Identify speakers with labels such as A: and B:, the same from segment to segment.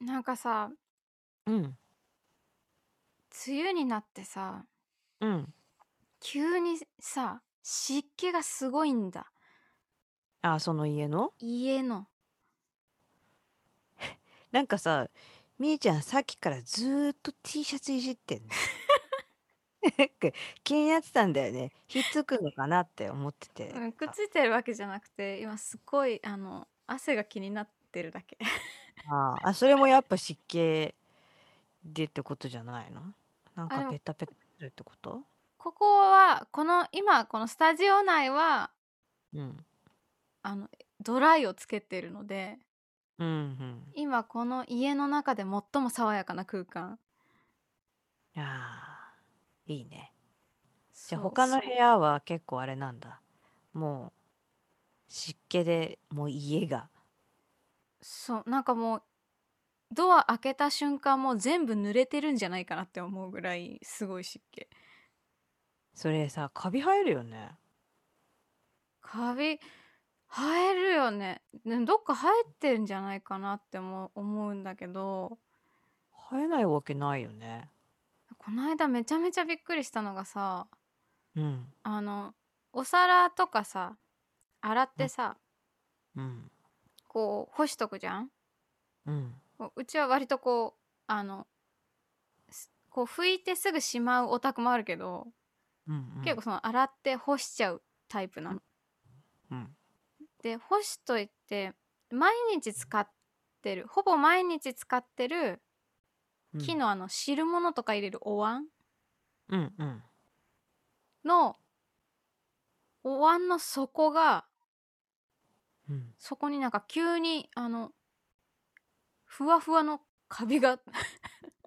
A: なんかさ、
B: うん。
A: 梅雨になってさ
B: うん。
A: 急にさ、湿気がすごいんだ。
B: ああ、その家の？
A: 家の。
B: なんかさ、みーちゃんさっきからずっと T シャツいじってんね。 なんか気になってたんだよね。ひっつくのかなって思ってて、
A: うん、くっ
B: あ。
A: ついてるわけじゃなくて、今すごいあの、汗が気になってるだけ。
B: ああ、あ、それもやっぱ湿気でってことじゃないの？なん
A: あ、
B: か
A: でも
B: ペタペタするってこと？
A: ここは、この今このスタジオ内は
B: うん。
A: あの、ドライをつけてるので
B: うん、ふん。
A: 今この家の中で最も爽やかな空間。
B: ああ、いいね。じゃ、
A: そう。
B: 他の部屋は結構あれなんだ。もう湿気で、もう家が
A: そう、なんかもう、ドア開けた瞬間、もう全部濡れてるんじゃないかなって思うぐらい、すごい湿気。
B: それさ、カビ生えるよね。
A: カビ、生えるよね。ね、どっか生えてんじゃないかなっても思うんだけど。
B: 生えないわけないよね。
A: こないだめちゃめちゃびっくりしたのがさ
B: うん。
A: あの、お皿とかさ、洗っ
B: う
A: て
B: ん。
A: さ
B: うん。
A: こう干しとくじゃん？
B: うん。
A: こう、うちは割とこう、あのすこう拭いてすぐしまうお宅もあるけど、
B: うんう
A: 結
B: ん。
A: 構その洗って干しちゃうタイプな
B: うん。
A: の。
B: うん。
A: で、干しといて、毎日使ってる、ほぼ毎日使ってる
B: う
A: 木
B: ん。
A: のあの汁物とか入れるお椀
B: うんうん。
A: のお椀の底が
B: うん。
A: そこになんか急にあのふわふわのカビが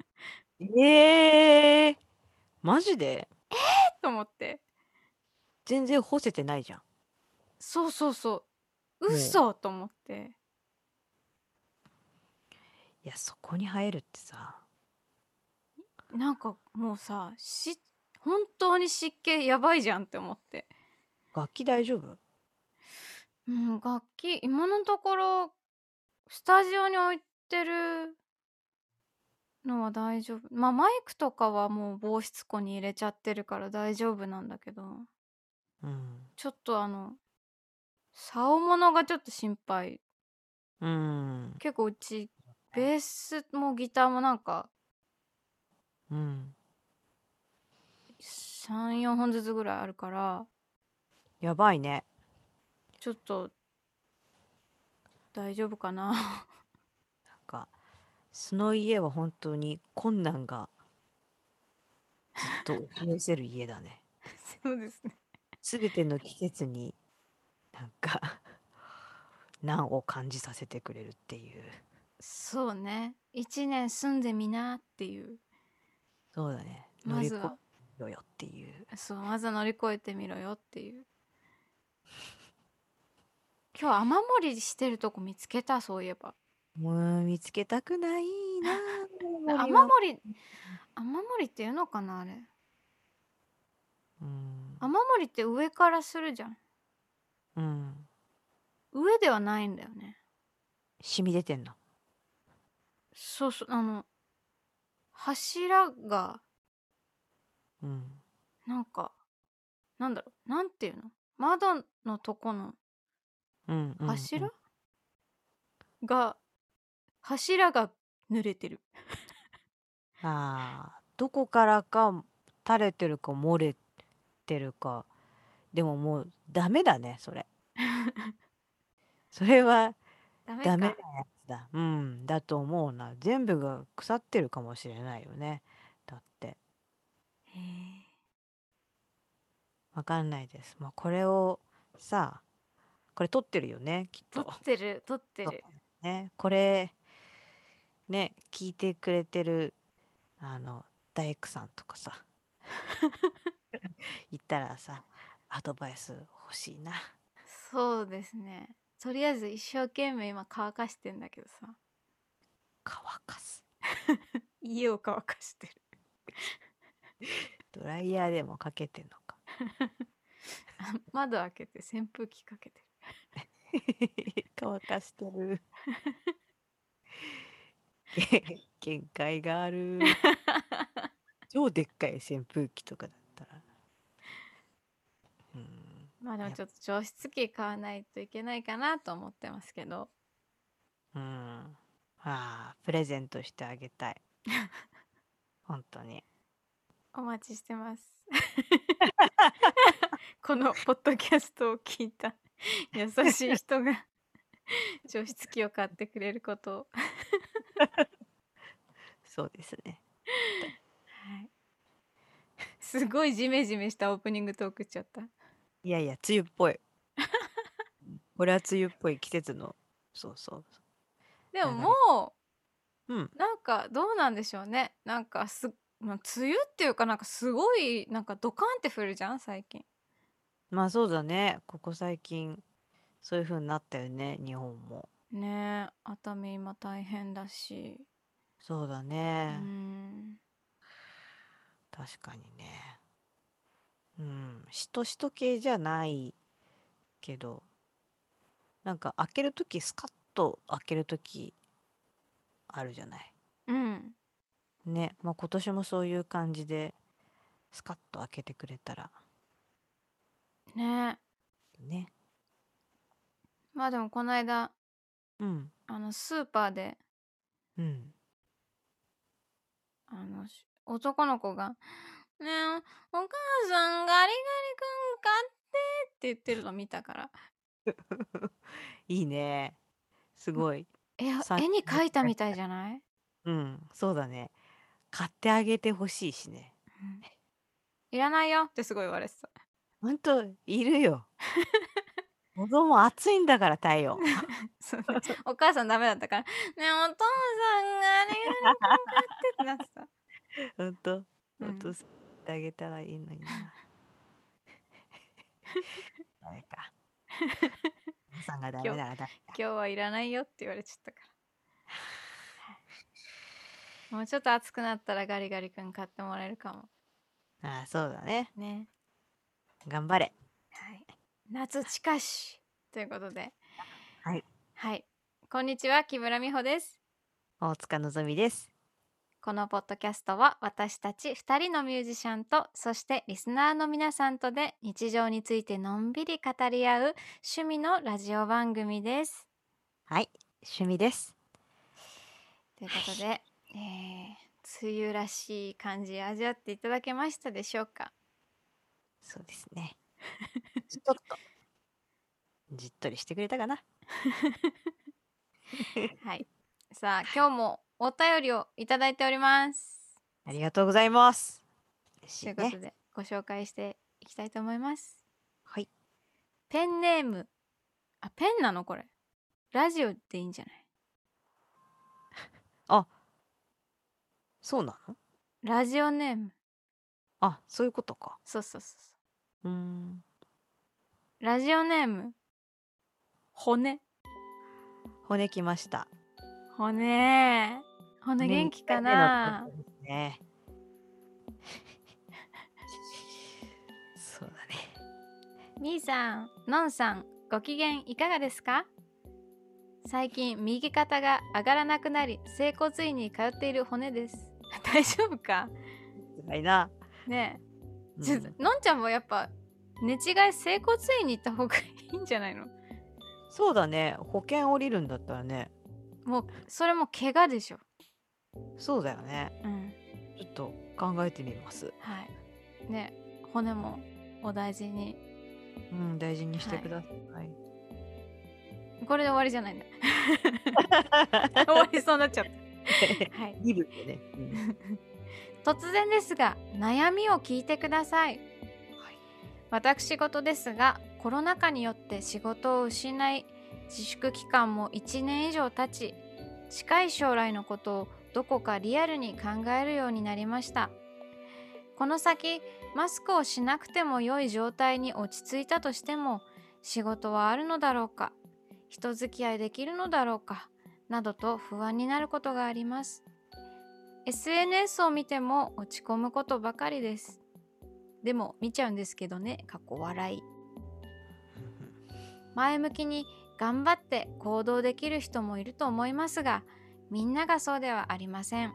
B: ええ！マジで？
A: ええ！と思って。
B: 全然干せてないじゃん。
A: そうそうそう。
B: もう。
A: 嘘！と思って。
B: いや、そこに生えるってさ。
A: なんかもうさ、し本当に湿気やばいじゃんって思って。
B: 楽器大丈夫？
A: うん、楽器、今のところ、スタジオに置いてるのは大丈夫。ま、マイクとかはもう防湿庫に入れちゃってるから大丈夫なんだけど。
B: うん。
A: ちょっとあの、竿物がちょっと心配。
B: うーん。
A: 結構うち、
B: ね。
A: ベースもギターもなんか
B: うん。
A: 3、4本ずつぐらいあるから。
B: やばいね。
A: ちょっと大丈夫か
B: な
A: な？
B: んか、その家は本当に困難がずっと押し寄せる家だね。
A: そうですね。
B: 全ての季節に、なんか 難を感じさせてくれるっていう。
A: そうね。1年住んでみなっていう。
B: そうだね。乗
A: ま
B: り
A: ず
B: 越
A: は。
B: えろよっていう。
A: そう、まずは乗り越えてみろよっていう。今日雨漏りしてるとこ見つけた、そういえば。
B: もう見つけたくないな、雨漏
A: 雨
B: り
A: 漏
B: は。
A: り雨漏りっていうのかな、あれ。
B: うーん。
A: 雨漏りって上からするじゃん。
B: うん。
A: 上ではないんだよね。
B: 染み出てんの？
A: そうそう、あの柱が
B: うん。
A: なんか、なんだろう、なんていうの、窓のとこの
B: うんうんう
A: 柱？
B: ん。
A: が、柱が濡れてる。
B: ああ、どこからか垂れてるか漏れてるか、でももうダメだね、そ れ。それは
A: ダメ
B: ダメ
A: か。
B: なやつだ。うん、だと思うな。全部が腐ってるかもしれないよね。だって。
A: へえ。
B: わかんないです。ま、これをさ、これ撮ってるよね、きっ
A: 撮っ
B: と。
A: てる、撮って
B: そう
A: る。
B: だよね。これね、聞いてくれてる、あの、大工さんとか さ。いたらさ、アドバイス欲しいな。
A: そうですね。とりあえず一生懸命今乾かしてんだけどさ。
B: 乾かす。
A: 家を乾かしてる。
B: ドライヤーでもかけてんのか。
A: あ、窓開けて扇風機かけてる。
B: 乾かしてる。 限界がある。超でっかい扇風機とかだったら。うーん、
A: まあ、でも
B: やっ
A: ちょっと除湿機買わないといけないかなと思ってますけど。
B: うーん。ああ、プレゼントしてあげたい。ほんとに。
A: お待ちしてます。 このポッドキャストを聞いた優しい人 が除湿機を買ってくれることを。
B: そうですね。
A: はい。すごいジメジメしたオープニングトークっちゃった。
B: いやいや、梅雨っぽい。これは梅雨っぽい季節の。そうそうそ
A: でも
B: 流れ
A: も
B: う。うん。
A: う、なんかどうなんでしょうね。なんかす、まあ、梅雨っていうかなんかすごい、なんかドカンって降るじゃん、最近。
B: まあそうだね。ここ最近、そういう風になったよね、日本も。
A: ねえ、熱海今大変だし。
B: そうだ
A: うー
B: ね。
A: ん。
B: 確かにね。うん。しとしと系じゃないけど、なんか開けるとき、スカッと開けるときあるじゃない。
A: うん。
B: ね。まあ今年もそういう感じで、スカッと開けてくれたら、
A: ねえ。
B: ね。
A: まあでもこの間、
B: うん。
A: あの、スーパーで、
B: うん。
A: あの、し男の子が、ねえ、お母さんガリガリ君買ってって言ってるの見たから。
B: いいね。すごい。
A: え、
B: さ
A: 絵に
B: 絶
A: 描いた
B: 対
A: みたいじゃない、
B: うん。そうだね。買ってあげてほしいしね。
A: うんいらないよってすごい言われてた。
B: ほんと、いる よ。子供暑いんだから、太陽。
A: そう ねお母さんダメだったから、ねえ、お父さんガリガリ君買ってってなってた。
B: ほんと、
A: う
B: ほ んと、
A: ん。
B: そう言ってあげたらいいのに な。ダメか。 お父さんがダ
A: 今
B: メ
A: 日、
B: ならダメか。
A: 今日はいらないよって言われちゃったから。もうちょっと暑くなったらガリガリ君買ってもらえるかも。
B: ああ、そうだね。
A: ね。
B: 頑張れ。
A: はい。夏近し。ということで。
B: はい。
A: はい。こんにちは、木村美穂です。
B: 大塚のぞみです。
A: このポッドキャストは私たち2人のミュージシャンとそしてリスナーの皆さんとで日常についてのんびり語り合う趣味のラジオ番組です。
B: はい。趣味です。
A: という
B: は
A: こと
B: い。
A: で、えー梅雨らしい感じ味わっていただけましたでしょうか
B: そうですね。ちょっと、じっとりしてくれたかな。
A: はい。さあ今日もお便りをいただいております。
B: ありがとうございます。嬉
A: とい
B: し
A: う
B: い
A: こと
B: ね。
A: でご紹介していきたいと思います。
B: はい。
A: ペンネーム。あ、ペンなのこれ。ラジオっていいんじゃない
B: あ、そうなの
A: ラジオネーム。
B: あ、そういうことか。
A: そうそうそうそう
B: ーん。
A: う。ラジオネーム。骨。
B: 骨きました。
A: 骨。骨
B: 骨
A: 元
B: 2
A: 気
B: 回
A: か
B: 目の登
A: な
B: 場ですね。 そうだね。
A: みーさん、のんさん、ご機嫌いかがですか最近右肩が上がらなくなり整骨院に通っている骨です 大丈夫か
B: 辛いな。
A: ねえ
B: う
A: ちょっと
B: ん。
A: のんちゃんもやっぱ寝違い整骨院に行った方がいいんじゃないの
B: そうだね。保険降りるんだったらね。
A: もうそれも怪我でしょ
B: そうだよね。
A: うん
B: ちょっと考えてみます。
A: はいね骨もお大事に
B: うん、大事にし
A: は
B: てく
A: い
B: ださい。
A: これで終わりじゃないんだ 終わりそうになっちゃった はい
B: ギブってね。うん。
A: 突然ですが悩みを聞いてください
B: はい。
A: 私事ですがコロナ禍によって仕事を失い自粛期間も1年以上経ち近い将来のことをどこかリアルに考えるようになりましたこの先マスクをしなくても良い状態に落ち着いたとしても仕事はあるのだろうか人付き合いできるのだろうかなどと不安になることがあります SNS を見ても落ち込むことばかりですでも見ちゃうんですけどねかっこ笑い前向きに頑張って行動できる人もいると思いますがみんながそうではありません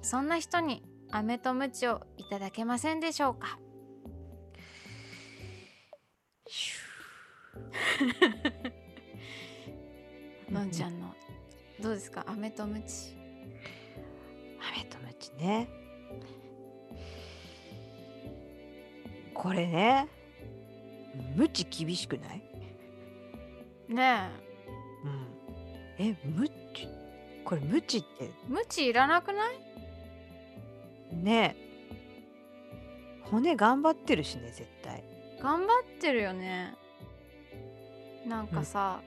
A: そんな人に飴と鞭をいただけませんでしょうか
B: シュー
A: のんちゃんのどうですか飴と鞭
B: 雨とムチねこれねムチ厳しくない、
A: ね
B: うん、えムチこれムチって
A: え鞭いらなくない
B: ね骨頑張ってるしね絶対
A: 頑張ってるよねなんかさ、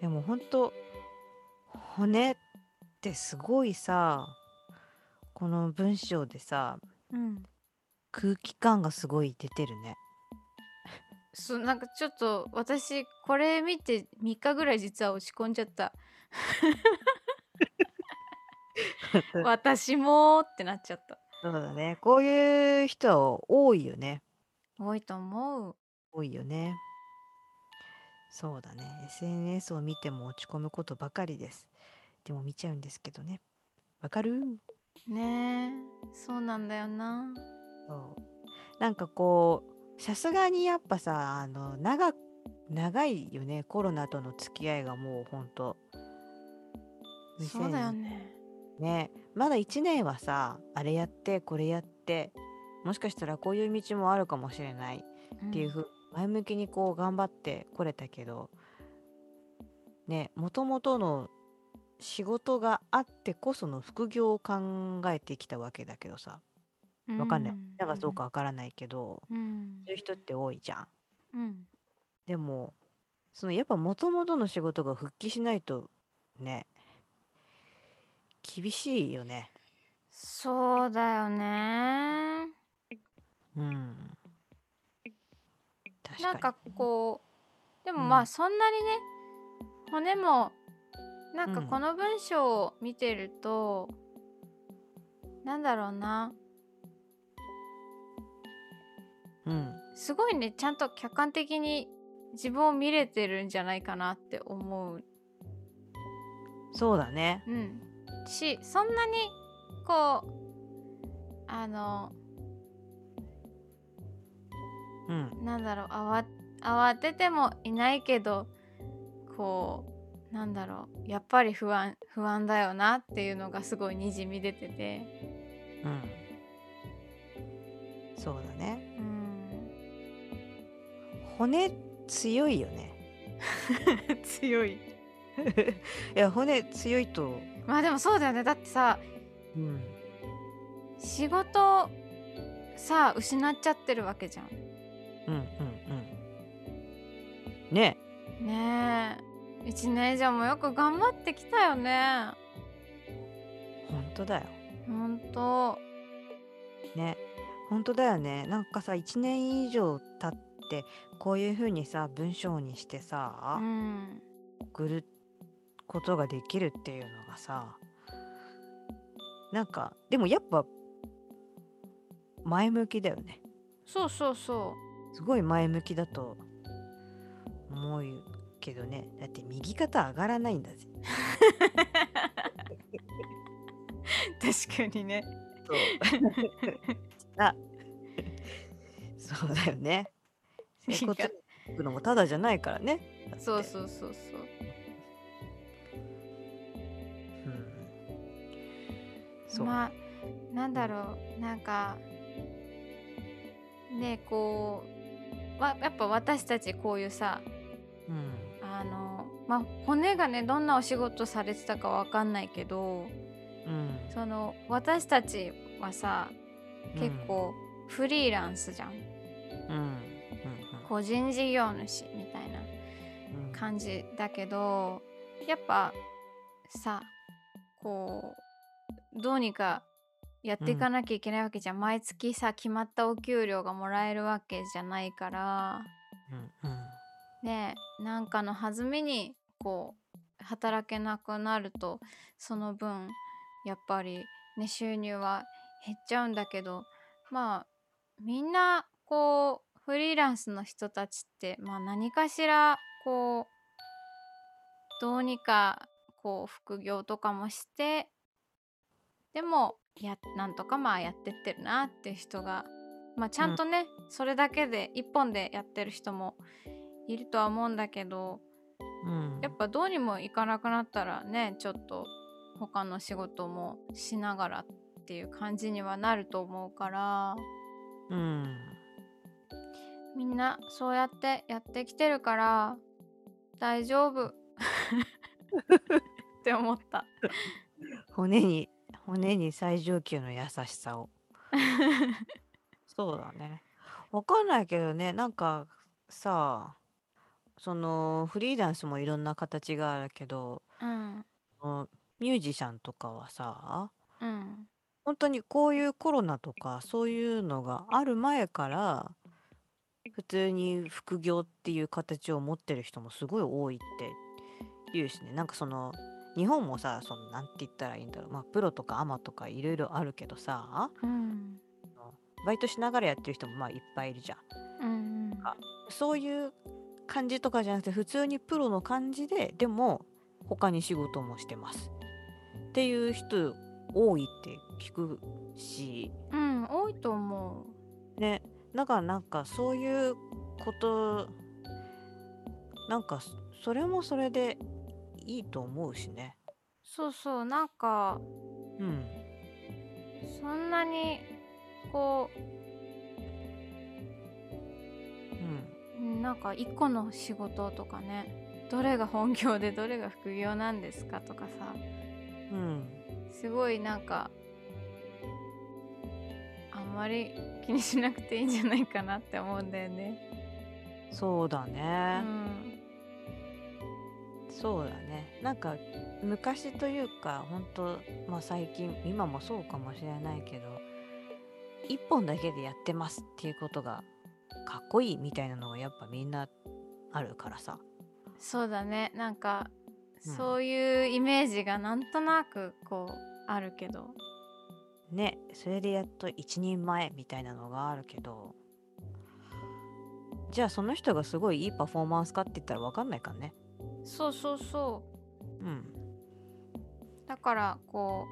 B: でもほんと骨ってすごいさこの文章でさ
A: うん、
B: 空気感がすごい出てるね
A: そうなんかちょっと私これ見て3日ぐらい実は落ち込んじゃった 私もーってなっちゃった
B: そうだねこういう人多いよね
A: 多いと思う
B: 多いよねそうだね SNS を見ても落ち込むことばかりですでも見ちゃうんですけどねわかる
A: ねえそうなんだよな
B: そうなんかこうさすがにやっぱさあの長長いよねコロナとの付き合いがもうほんと
A: そうだよね
B: ねまだ1年はさあれやってこれやってもしかしたらこういう道もあるかもしれないっていうふう前向きにこう頑張ってこれたけどねもともとの仕事があってこその副業を考えてきたわけだけどさ
A: う
B: わかんないだからそうかわからないけど
A: うん
B: そういう人って多いじゃん。
A: うん
B: でもそのやっぱもともとの仕事が復帰しないとね厳しいよね。
A: そうだよね
B: うん。確
A: なんか
B: か
A: こうでも
B: うん
A: まあそんなにね、骨もなんか
B: うん
A: この文章を見てると、なんだろうな
B: に。うん。
A: すごいねちゃんと客観的に自分を見れてるんじゃないかなって思う、
B: そうだね。
A: うん、しそんなにこうあの
B: うん。
A: なんだろう慌慌ててもいないけどこうなんだろうやっぱり不安不安だよなっていうのがすごいにじみ出てて。
B: うん。そうだね。
A: うん、
B: 骨強いよね
A: 強い
B: いや骨強いと、
A: まあでもそうだよねだってさ
B: うん、
A: 仕事さ失っちゃってるわけじゃん
B: うんうんうんね
A: ねえ1年以上もよく頑張ってきたよね
B: 本当だよ
A: ほんと
B: ね本当だよねなんかさ1年以上経ってこういう風にさ文章にして
A: う
B: さ、
A: ん
B: 送ることができるっていうのがさなんかでもやっぱ前向きだよね
A: そうそうそ
B: すごい前向きだと思うけどねだって右肩上がらないんだぜ
A: う 確かに ね
B: そう あそうだよね。
A: 右
B: 整
A: が
B: 骨行くのもただじゃないからね。だって
A: そうそうそうそう
B: うん。そう。
A: まあなんだろうなんかねこうわやっぱ私たちこういうさ
B: うん。
A: あの、まあ、骨がねどんなお仕事されてたかわかんないけど
B: うん。
A: その私たちはさ
B: うん
A: 結。構フリーランスじゃん、
B: うん。うん。
A: 個人事業主みたいな
B: うんうん
A: 感じだけどやっぱさこうどうにかやっていかなきゃいけないわけじゃん、毎月さ決まったお給料がもらえるわけじゃないから
B: うん。うん
A: ねえなんかの弾みにこう働けなくなるとその分やっぱりね収入は減っちゃうんだけどまあみんなこうフリーランスの人たちって、まあ、何かしらこうどうにかこう副業とかもしてでもいやなんとかまあやってってるなっていう人が、まあ、ちゃんとね、それだけで一本でやってる人もいるとは思うんだけど
B: うん
A: やっぱどうにもいかなくなったらねちょっと他の仕事もしながらっていう感じにはなると思うから
B: うん
A: みんなそうやってやってきてるから大丈夫 って思った
B: 骨に骨に最上級の優しさをそうだねわかんないけどねなんかさそのフリーランスもいろんな形があるけど
A: うん
B: そのミュージシャンとかはさ
A: うん
B: 本当にこういうコロナとかそういうのがある前から普通に副業っていう形を持ってる人もすごい多いって言うしねなんかその日本もさそのなんて言ったらいいんだろうまあプロとかアマとかいろいろあるけどさ
A: うん
B: バイトしながらやってる人もまあいっぱいいるじゃん。
A: うん
B: そういう感じとかじゃなくて普通にプロの感じででも他に仕事もしてますっていう人多いって聞くし
A: うん多いと思う
B: ねだからなんかそういうことなんかそそれもそれでいいと思うしね
A: そうそうなんか
B: うん
A: そんなにこ
B: うん
A: ううんなんか一個の仕事とかねどれが本業でどれが副業なんですかとかさ
B: うん
A: すごいなんかあんまり気にしなくていいんじゃないかなって思うんだよね。
B: そうだ
A: う
B: ね、
A: ん、
B: そうだねなんか昔というか本当まあ最近今もそうかもしれないけど一本だけでやってますっていうことがかっこいいみたいなのがやっぱみんなあるからさ
A: そうだねなんか、
B: うん
A: そういうイメージがなんとなくこうあるけど
B: ねそれでやっと一人前みたいなのがあるけどじゃあその人がすごいいいパフォーマンスかって言ったら分かんないからね
A: そうそうそう
B: うん
A: だからこ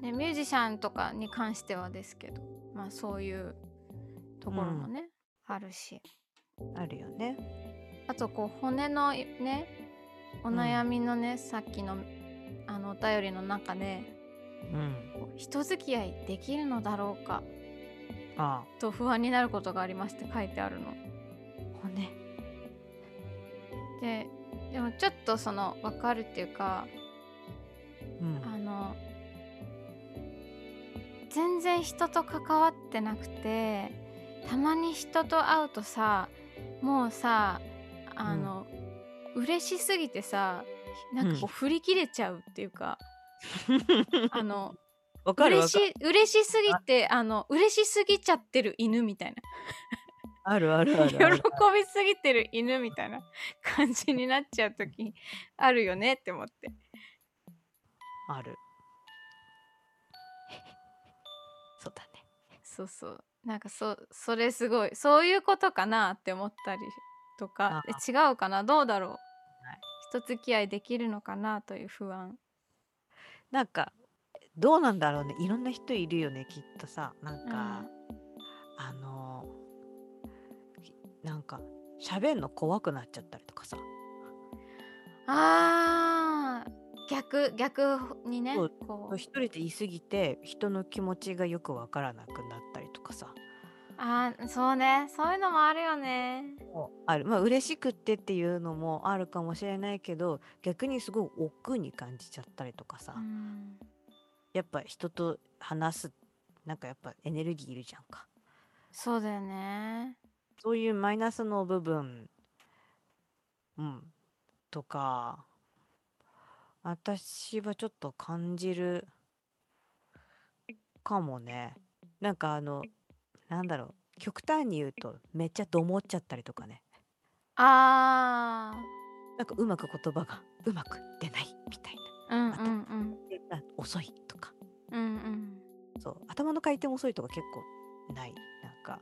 A: う、ね、ミュージシャンとかに関してはですけど、まあ、そういうところもね、あるし
B: あるよね
A: あとこう骨のいねお悩みのね、さっきのあのお便りの中で
B: うん
A: こう人付き合いできるのだろうか
B: あ
A: と不安になることがありますって書いてあるの。
B: あ骨
A: ででもちょっとその分かるっていうか
B: うん
A: あの全然人と関わってなくてたまに人と会うとさもうさあの、嬉しすぎてさなんかこ
B: う
A: う
B: ん
A: 振り切れちゃうってい うか、あの
B: 分かる
A: 嬉
B: 分
A: し
B: かる
A: 嬉しすぎてあの嬉しすぎちゃってる犬みたいな
B: あるあるあ
A: 喜
B: るある
A: びすぎてる犬みたいな感じになっちゃう時あるよねって思って
B: ある そうだね
A: そうそうなんかそそれすごいそういうことかなって思ったりとかえ違うかなどうだろう、
B: はい
A: 人付き合いできるのかなという不安
B: なんかどうなんだろうねいろんな人いるよねきっとさなんか、あのきなんか喋んの怖くなっちゃったりとかさ
A: あー逆逆にね
B: そう
A: こ
B: そう
A: う
B: 一人で言い過ぎて人の気持ちがよくわからなくなったりとかさ
A: あーそうねそういうのもあるよね
B: あるまあ嬉しくってっていうのもあるかもしれないけど逆にすごい億劫に感じちゃったりとかさ、
A: うん
B: やっぱ人と話すなんかやっぱエネルギーいるじゃんか
A: そうだよね
B: そういうマイナスの部分うんとか私はちょっと感じるかもねなんかあのなんだろう極端に言うとめっちゃどもっちゃったりとかね
A: あ
B: なんかうまく言葉がうまく出ないみたい
A: ーうんうんうん
B: なあ遅いとか
A: うんうん
B: そう頭の回転遅いとか結構ないなんか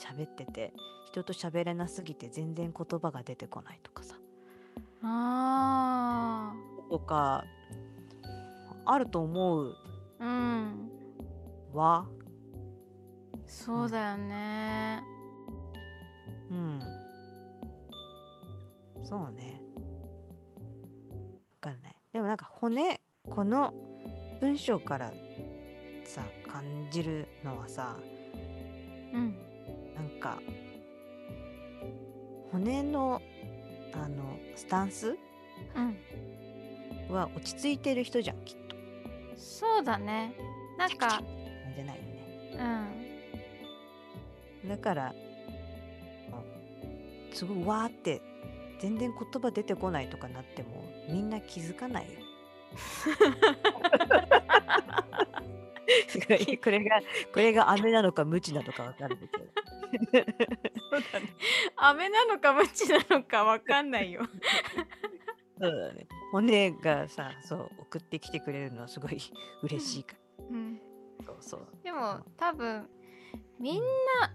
B: 喋ってて人と喋れなすぎて全然言葉が出てこないとかさとかあると思う
A: うん
B: わ。
A: そうだよね
B: うん。そうね。わかんない。でもなんか骨、この文章からさ、感じるのはさ、
A: うん
B: なんか、骨の、あの、スタンス
A: うん
B: は落ち着いてる人じゃん、きっと。
A: そうだねなんか
B: じゃないよね。
A: うん
B: だから、すごいわーって、全然言葉出てこないとかなっても、みんな気づか ないよ。すごいこれが、これが飴なのか無知なのかわかるんだけど。
A: 飴なのか無知なのかわかんないよ
B: そうだね。骨がさ、そう、送ってきてくれるのはすごい嬉しいか
A: うん
B: ら。そうそう。
A: でも多分みんな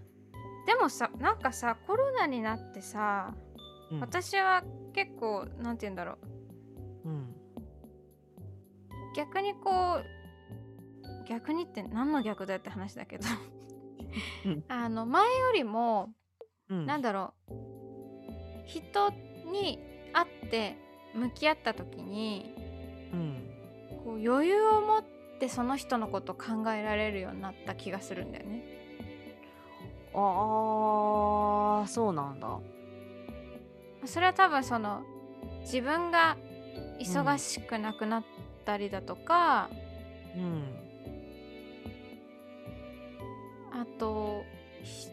A: でもさなんかさコロナになってさ
B: うん、
A: 私は結構なんて言うんだろう
B: うん。
A: 逆にこう逆にって何の逆だよって話だけど
B: うん
A: あの前よりも
B: うん。
A: なんだろう人に会って向き合った時に
B: うん。
A: こう余裕を持ってその人のこと考えられるようになった気がするんだよね。
B: ああ、そうなんだ。
A: それは多分その自分が忙しくなくなったりだとか、
B: うん。
A: あとひ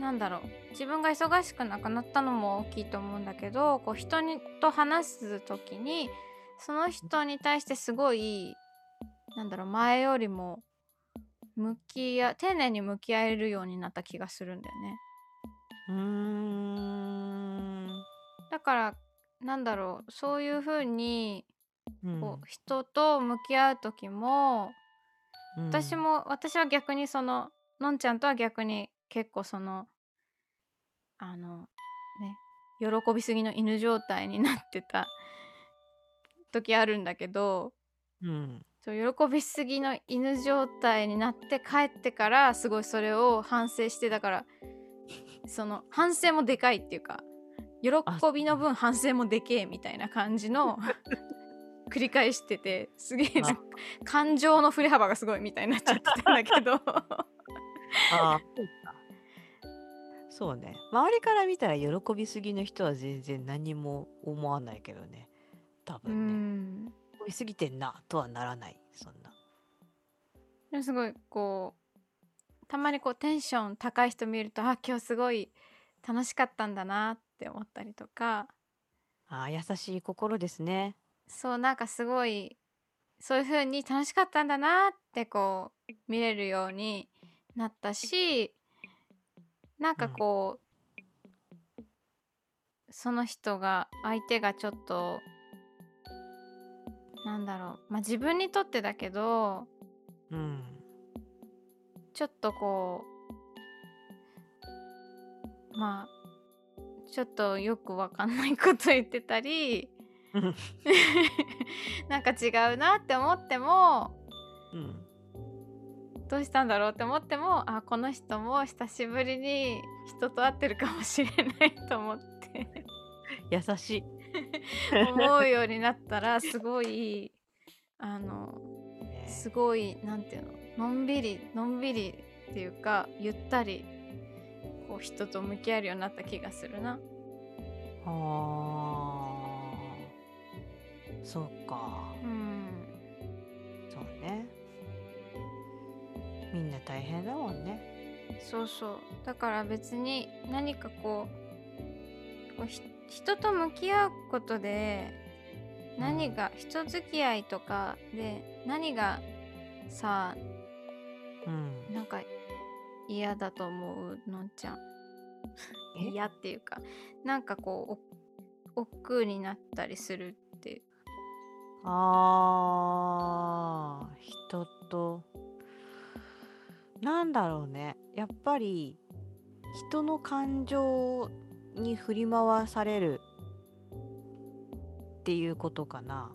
A: なんだろう自分が忙しくなくなったのも大きいと思うんだけどこう人にと話す時にその人に対してすごいなんだろう前よりも向き合丁寧に向き合えるようになった気がするんだよね。
B: うーん。
A: だからなんだろうそういう風に
B: うん
A: こう人と向き合う時も私、も私は逆にそののんちゃんとは逆に結構そのあのね喜びすぎの犬状態になってた時あるんだけど
B: うん
A: そう喜びすぎの犬状態になって帰ってからすごいそれを反省してだからその反省もでかいっていうか喜びの分反省もでけえみたいな感じの繰り返しててすげえなんか感情の振れ幅がすごいみたいになっちゃってたんだけど
B: ああそうかそうね周りから見たら喜びすぎの人は全然何も思わないけどね多
A: う
B: 分ね
A: ん
B: 喜びすぎてんなとはならないそんな
A: でもすごいこうたまにこうテンション高い人見るとあ今日すごい楽しかったんだなって思ったりとか。
B: あー優しい心ですね
A: そうなんかすごいそういう風に楽しかったんだなってこう見れるようになったしなんかこう、その人が相手がちょっとなんだろうまあ自分にとってだけど
B: うん
A: ちょっとこうまあちょっとよくわかんないこと言ってたり
B: うん
A: なんか違うなって思っても
B: うん
A: どうしたんだろうって思ってもあこの人も久しぶりに人と会ってるかもしれないと思って
B: 優しい
A: 思うようになったらすごいあの
B: ね
A: すごいなんていうののんびりのんびりっていうかゆったりこう人と向き合えるようになった気がするな
B: あーそうか
A: うん
B: そうねみんな大変だもんね
A: そうそうだから別に何かこうこうひ人と向き合うことで何が人付き合いとかで何がさ
B: うん
A: なんか嫌だと思うのんちゃん
B: え
A: 嫌っていうかなんかこうお億劫になったりするって
B: あー人となんだろうねやっぱり人の感情に振り回されるっていうことかな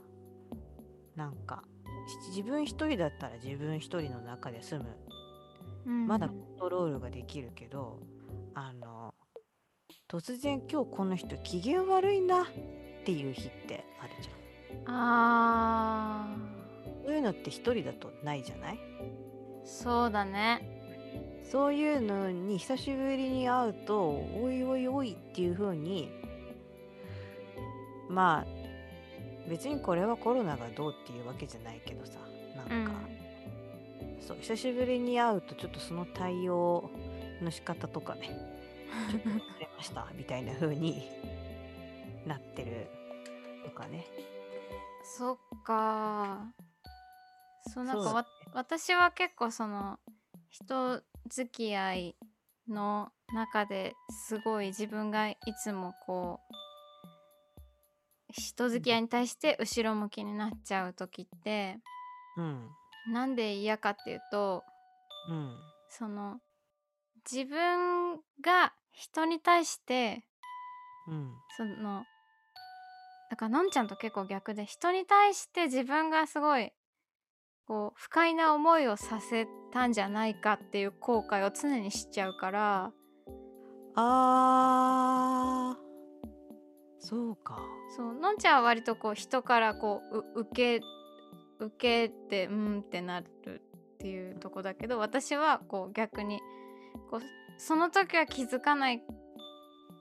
B: なんか自分一人だったら自分一人の中で済む
A: うん
B: まだコントロールができるけどあの突然今日この人機嫌悪いなっていう日ってあるじゃん。
A: あ
B: そういうのって一人だとないじゃない
A: ーそうだね
B: そういうのに久しぶりに会うと「おいおいおい」っていう風にまあ別にこれはコロナがどうっていうわけじゃないけどさなん
A: うん
B: か、そう久しぶりに会うとちょっとその対応の仕方とかねちょっと忘れましたみたいな風になってるとかね。
A: そっかそうなん
B: そ
A: か
B: う
A: わ、私は結構その人付き合いの中ですごい自分がいつもこう人付き合いに対して後ろ向きになっちゃう時って
B: うん、
A: なんで嫌かっていうと
B: うん、
A: その自分が人に対して
B: うん、
A: そのだからのんちゃんと結構逆で人に対して自分がすごいこう不快な思いをさせたんじゃないかっていう後悔を常にしちゃうから
B: あーそうか。
A: そうのんちゃんは割とこう人からこうう受け受けてうんってなるっていうとこだけど私はこう逆にこうその時は気づかない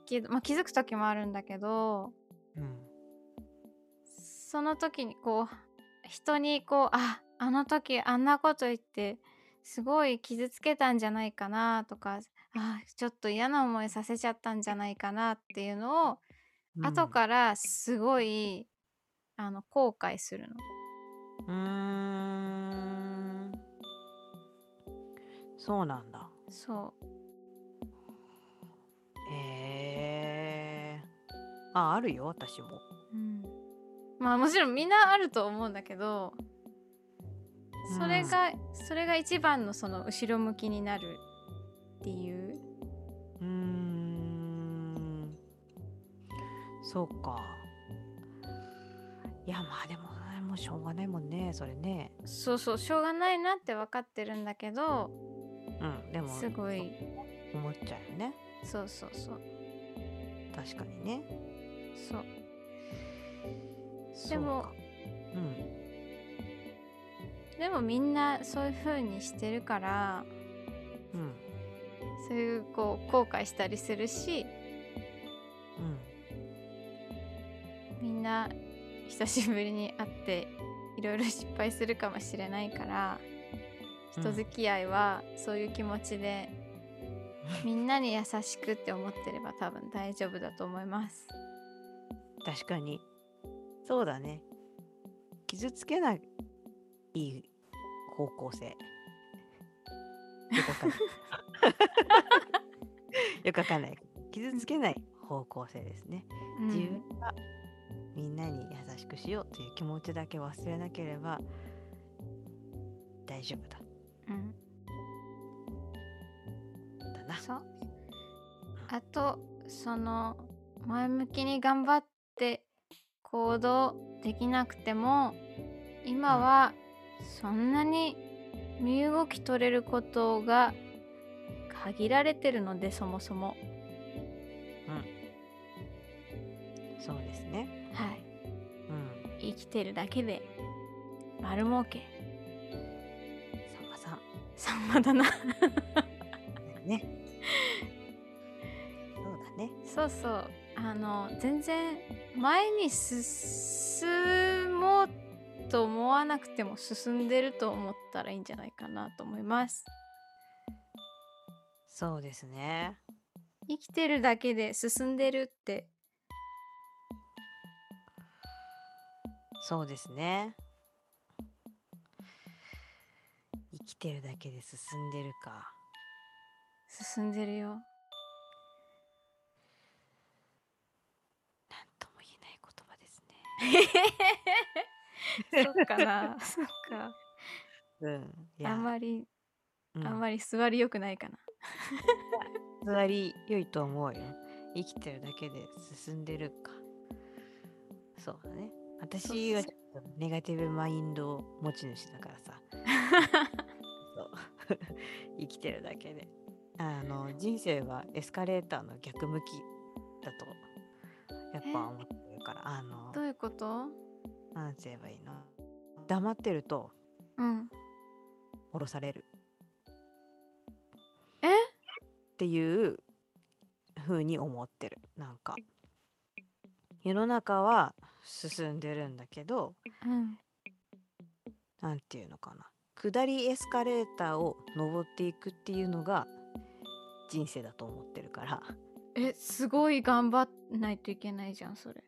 A: けど、まあ、気づく時もあるんだけど
B: うん
A: その時にこう人にこうああの時あんなこと言ってすごい傷つけたんじゃないかなとかあちょっと嫌な思いさせちゃったんじゃないかなっていうの
B: う
A: を、
B: ん
A: 後からすごいあの後悔するの。
B: うーんそうなんだ。
A: そ
B: へえ。あ、あるよ、私も。
A: う、うん、まあもちろんみんなあると思うんだけどそれが、それが一番のその後ろ向きになるっていう。
B: うーん。そうか。いや、まあでも、もうしょうがないもんね、それね。
A: そうそうしょうがないなって分かってるんだけど
B: うん、でも、
A: すごい
B: そう思っちゃうよね。
A: そうそうそう
B: 確かにね。
A: そう
B: そう
A: でも
B: かうん。
A: でもみんなそういう風にしてるから
B: うん。
A: そういうこう後悔したりするし
B: うん。
A: みんな久しぶりに会っていろいろ失敗するかもしれないから
B: うん
A: 人付き合いはそういう気持ちで、みんなに優しくって思ってれば多分大丈夫だと思い ます
B: 確かにそうだね傷つけないいい方向性よくわ かんないよくわかんない傷つけない方向性ですね、
A: うん
B: 自分がみんなに優しくしようという気持ちだけ忘れなければ大丈夫だ
A: うん
B: だな
A: そうあとその前向きに頑張って行動できなくても今はそんなに身動き取れることが限られてるのでそもそも
B: そうですね
A: はい
B: うん
A: 生きてるだけで丸儲け
B: さんまさん
A: さんまだな
B: ねそうだね
A: そうそうあの全然前に進もうと思わなくても進んでると思ったらいいんじゃないかなと思います
B: そうですね
A: 生きてるだけで進んでるって
B: そうですね。生きてるだけで進んでるか。
A: 進んで るよ
B: なんとも言えない言葉ですね。
A: そっかなそっか
B: うん。いや、
A: あんまり、
B: うん
A: あんまり座り良くないか な
B: 座り良いと思うよ。生きてるだけで進んでるか。そうだね。私は
A: そう
B: ネガティブマインド持ち主だからさそう生きてるだけであの人生はエスカレーターの逆向きだとやっぱ思ってるからあの
A: どういうこと
B: なんて言えばいいの黙ってると
A: うん
B: 降ろされる
A: え
B: っていう風に思ってるなんか世の中は進んでるんだけど
A: うん
B: なんていうのかな下りエスカレーターを登っていくっていうのが人生だと思ってるから、
A: えすごい頑張んないといけないじゃんそれ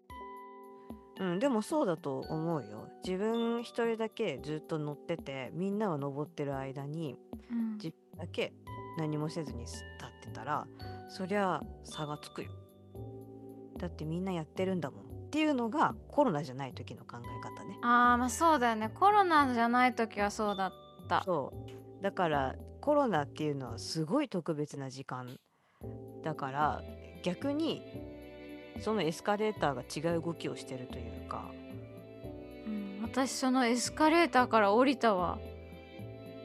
B: うん、でもそうだと思うよ自分一人だけずっと乗っててみんなは登ってる間に
A: うん
B: 自分だけ何もせずに立ってたらそりゃ差がつくよだってみんなやってるんだもんっていうのがコロナじゃない時の考え方ね
A: あーまあそうだよねコロナじゃない時はそうだった
B: そうだからコロナっていうのはすごい特別な時間だから逆にそのエスカレーターが違う動きをしてるというか
A: うん、私そのエスカレーターから降りたわ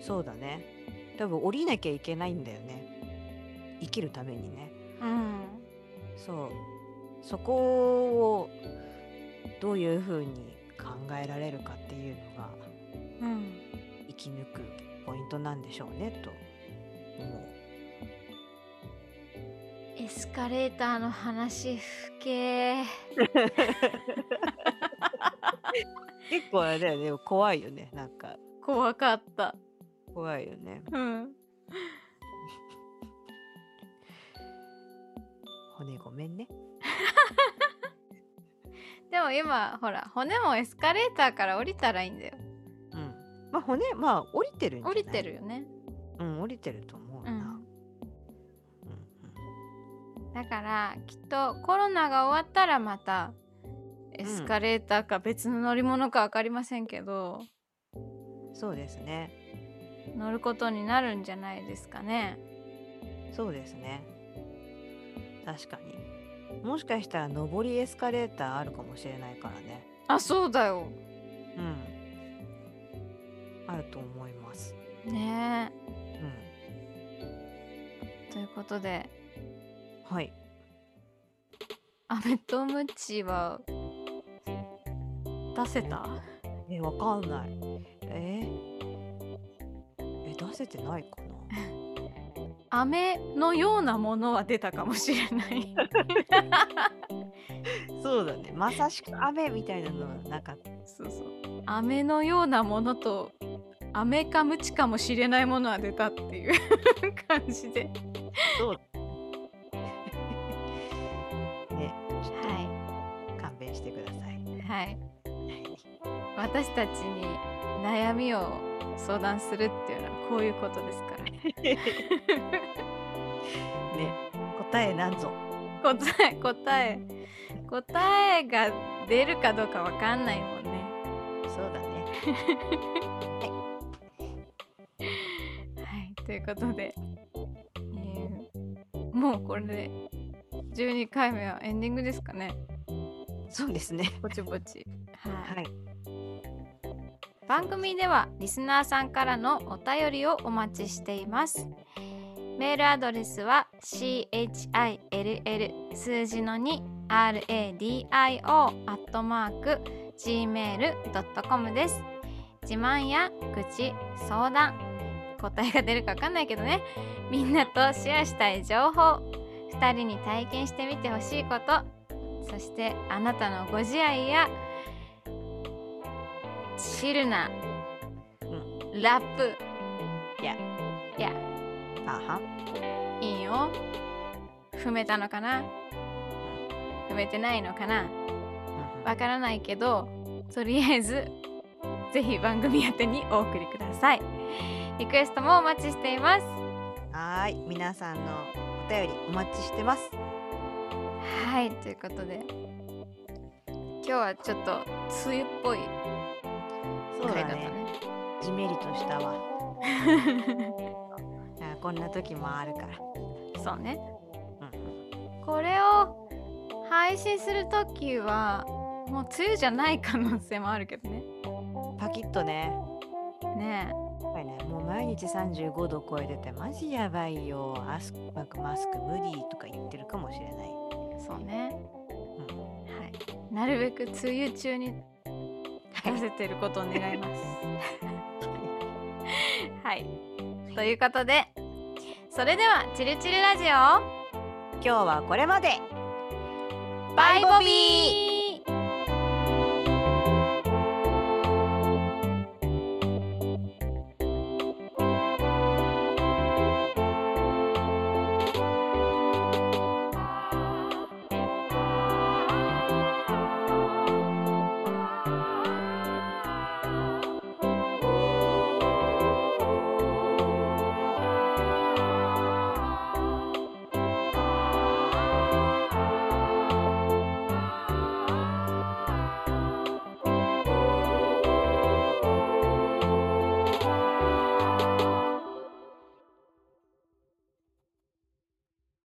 B: そうだね多分降りなきゃいけないんだよね生きるためにね
A: うん
B: そうそこをどういうふうに考えられるかっていうのが
A: うん
B: 生き抜くポイントなんでしょうねと思
A: エスカレーターの話不景
B: う結構あれだよねでも怖いよねなんか
A: 怖かった
B: 怖いよね
A: うん
B: 骨ごめんね
A: でも今ほら骨もエスカレーターから降りたらいいんだよ
B: うんまあ骨まあ降りてるんじゃ
A: 降
B: ない
A: りてるよね
B: うん降りてると思う
A: う
B: な、
A: ん
B: うんうん
A: だからきっとコロナが終わったらまたエスカレーターか別の乗り物か分かりませんけど、
B: そうですね
A: 乗ることになるんじゃないですかね
B: そうですね確かにもしかしたら上りエスカレーターあるかもしれないからね
A: あそうだよ
B: うんあると思います
A: ね
B: うん
A: えということで
B: はい
A: アメとムチは出せた
B: えわかんないえーえ出せてないかな
A: 飴のようなものは出たかもしれない
B: そうだねまさしく雨みたいなのはなかった
A: そうそう飴のようなものと飴かムチかもしれないものは出たっていう 感じで
B: そうねちょっと
A: は
B: 勘弁してくだ さい。
A: いはい私たちに悩みを相談するっていうのはこういうことですから
B: ね、答えなんぞ。
A: 答え答え答えが出るかどうかわかんないもんね
B: そうだね。
A: はいということで、えーもうこれで12回目はエンディングですかね
B: そうですね。
A: ぼちぼちはい
B: はい。
A: 番組ではリスナーさんからのお便りをお待ちしていますメールアドレスは CHILL 数字の 2RADIO アットマーク gmail.com です自慢や愚痴相談答えが出るかわかんないけどねみんなとシェアしたい情報2人に体験してみてほしいことそしてあなたのご自愛やチルな、ラップ
B: いや
A: いや
B: あは。
A: いいよ踏めたのかな踏めてないのかなわからないけどとりあえずぜひ番組宛てにお送りくださいリクエストもお待ちしています
B: はーい。皆さんのお便りお待ちしてます。
A: はいということで今日はちょっと梅雨っぽい
B: そう
A: 回
B: だ
A: だったね
B: ね。じめりとした わ。あこんな時もあるから。
A: そうね
B: うん。
A: これを配信するときはもう梅雨じゃない可能性もあるけどね
B: パキッとね。
A: ねえ
B: やばいね、もう毎日35度超えてて、マジやばいよ。アスなんかマスク無理とか言ってるかもしれない。
A: そうね、
B: うん
A: はい、なるべく梅雨中に出せてることを願います。 はい、ということでそれでは「チルチルラジオ
B: 今日はこれまで」
A: バイボビー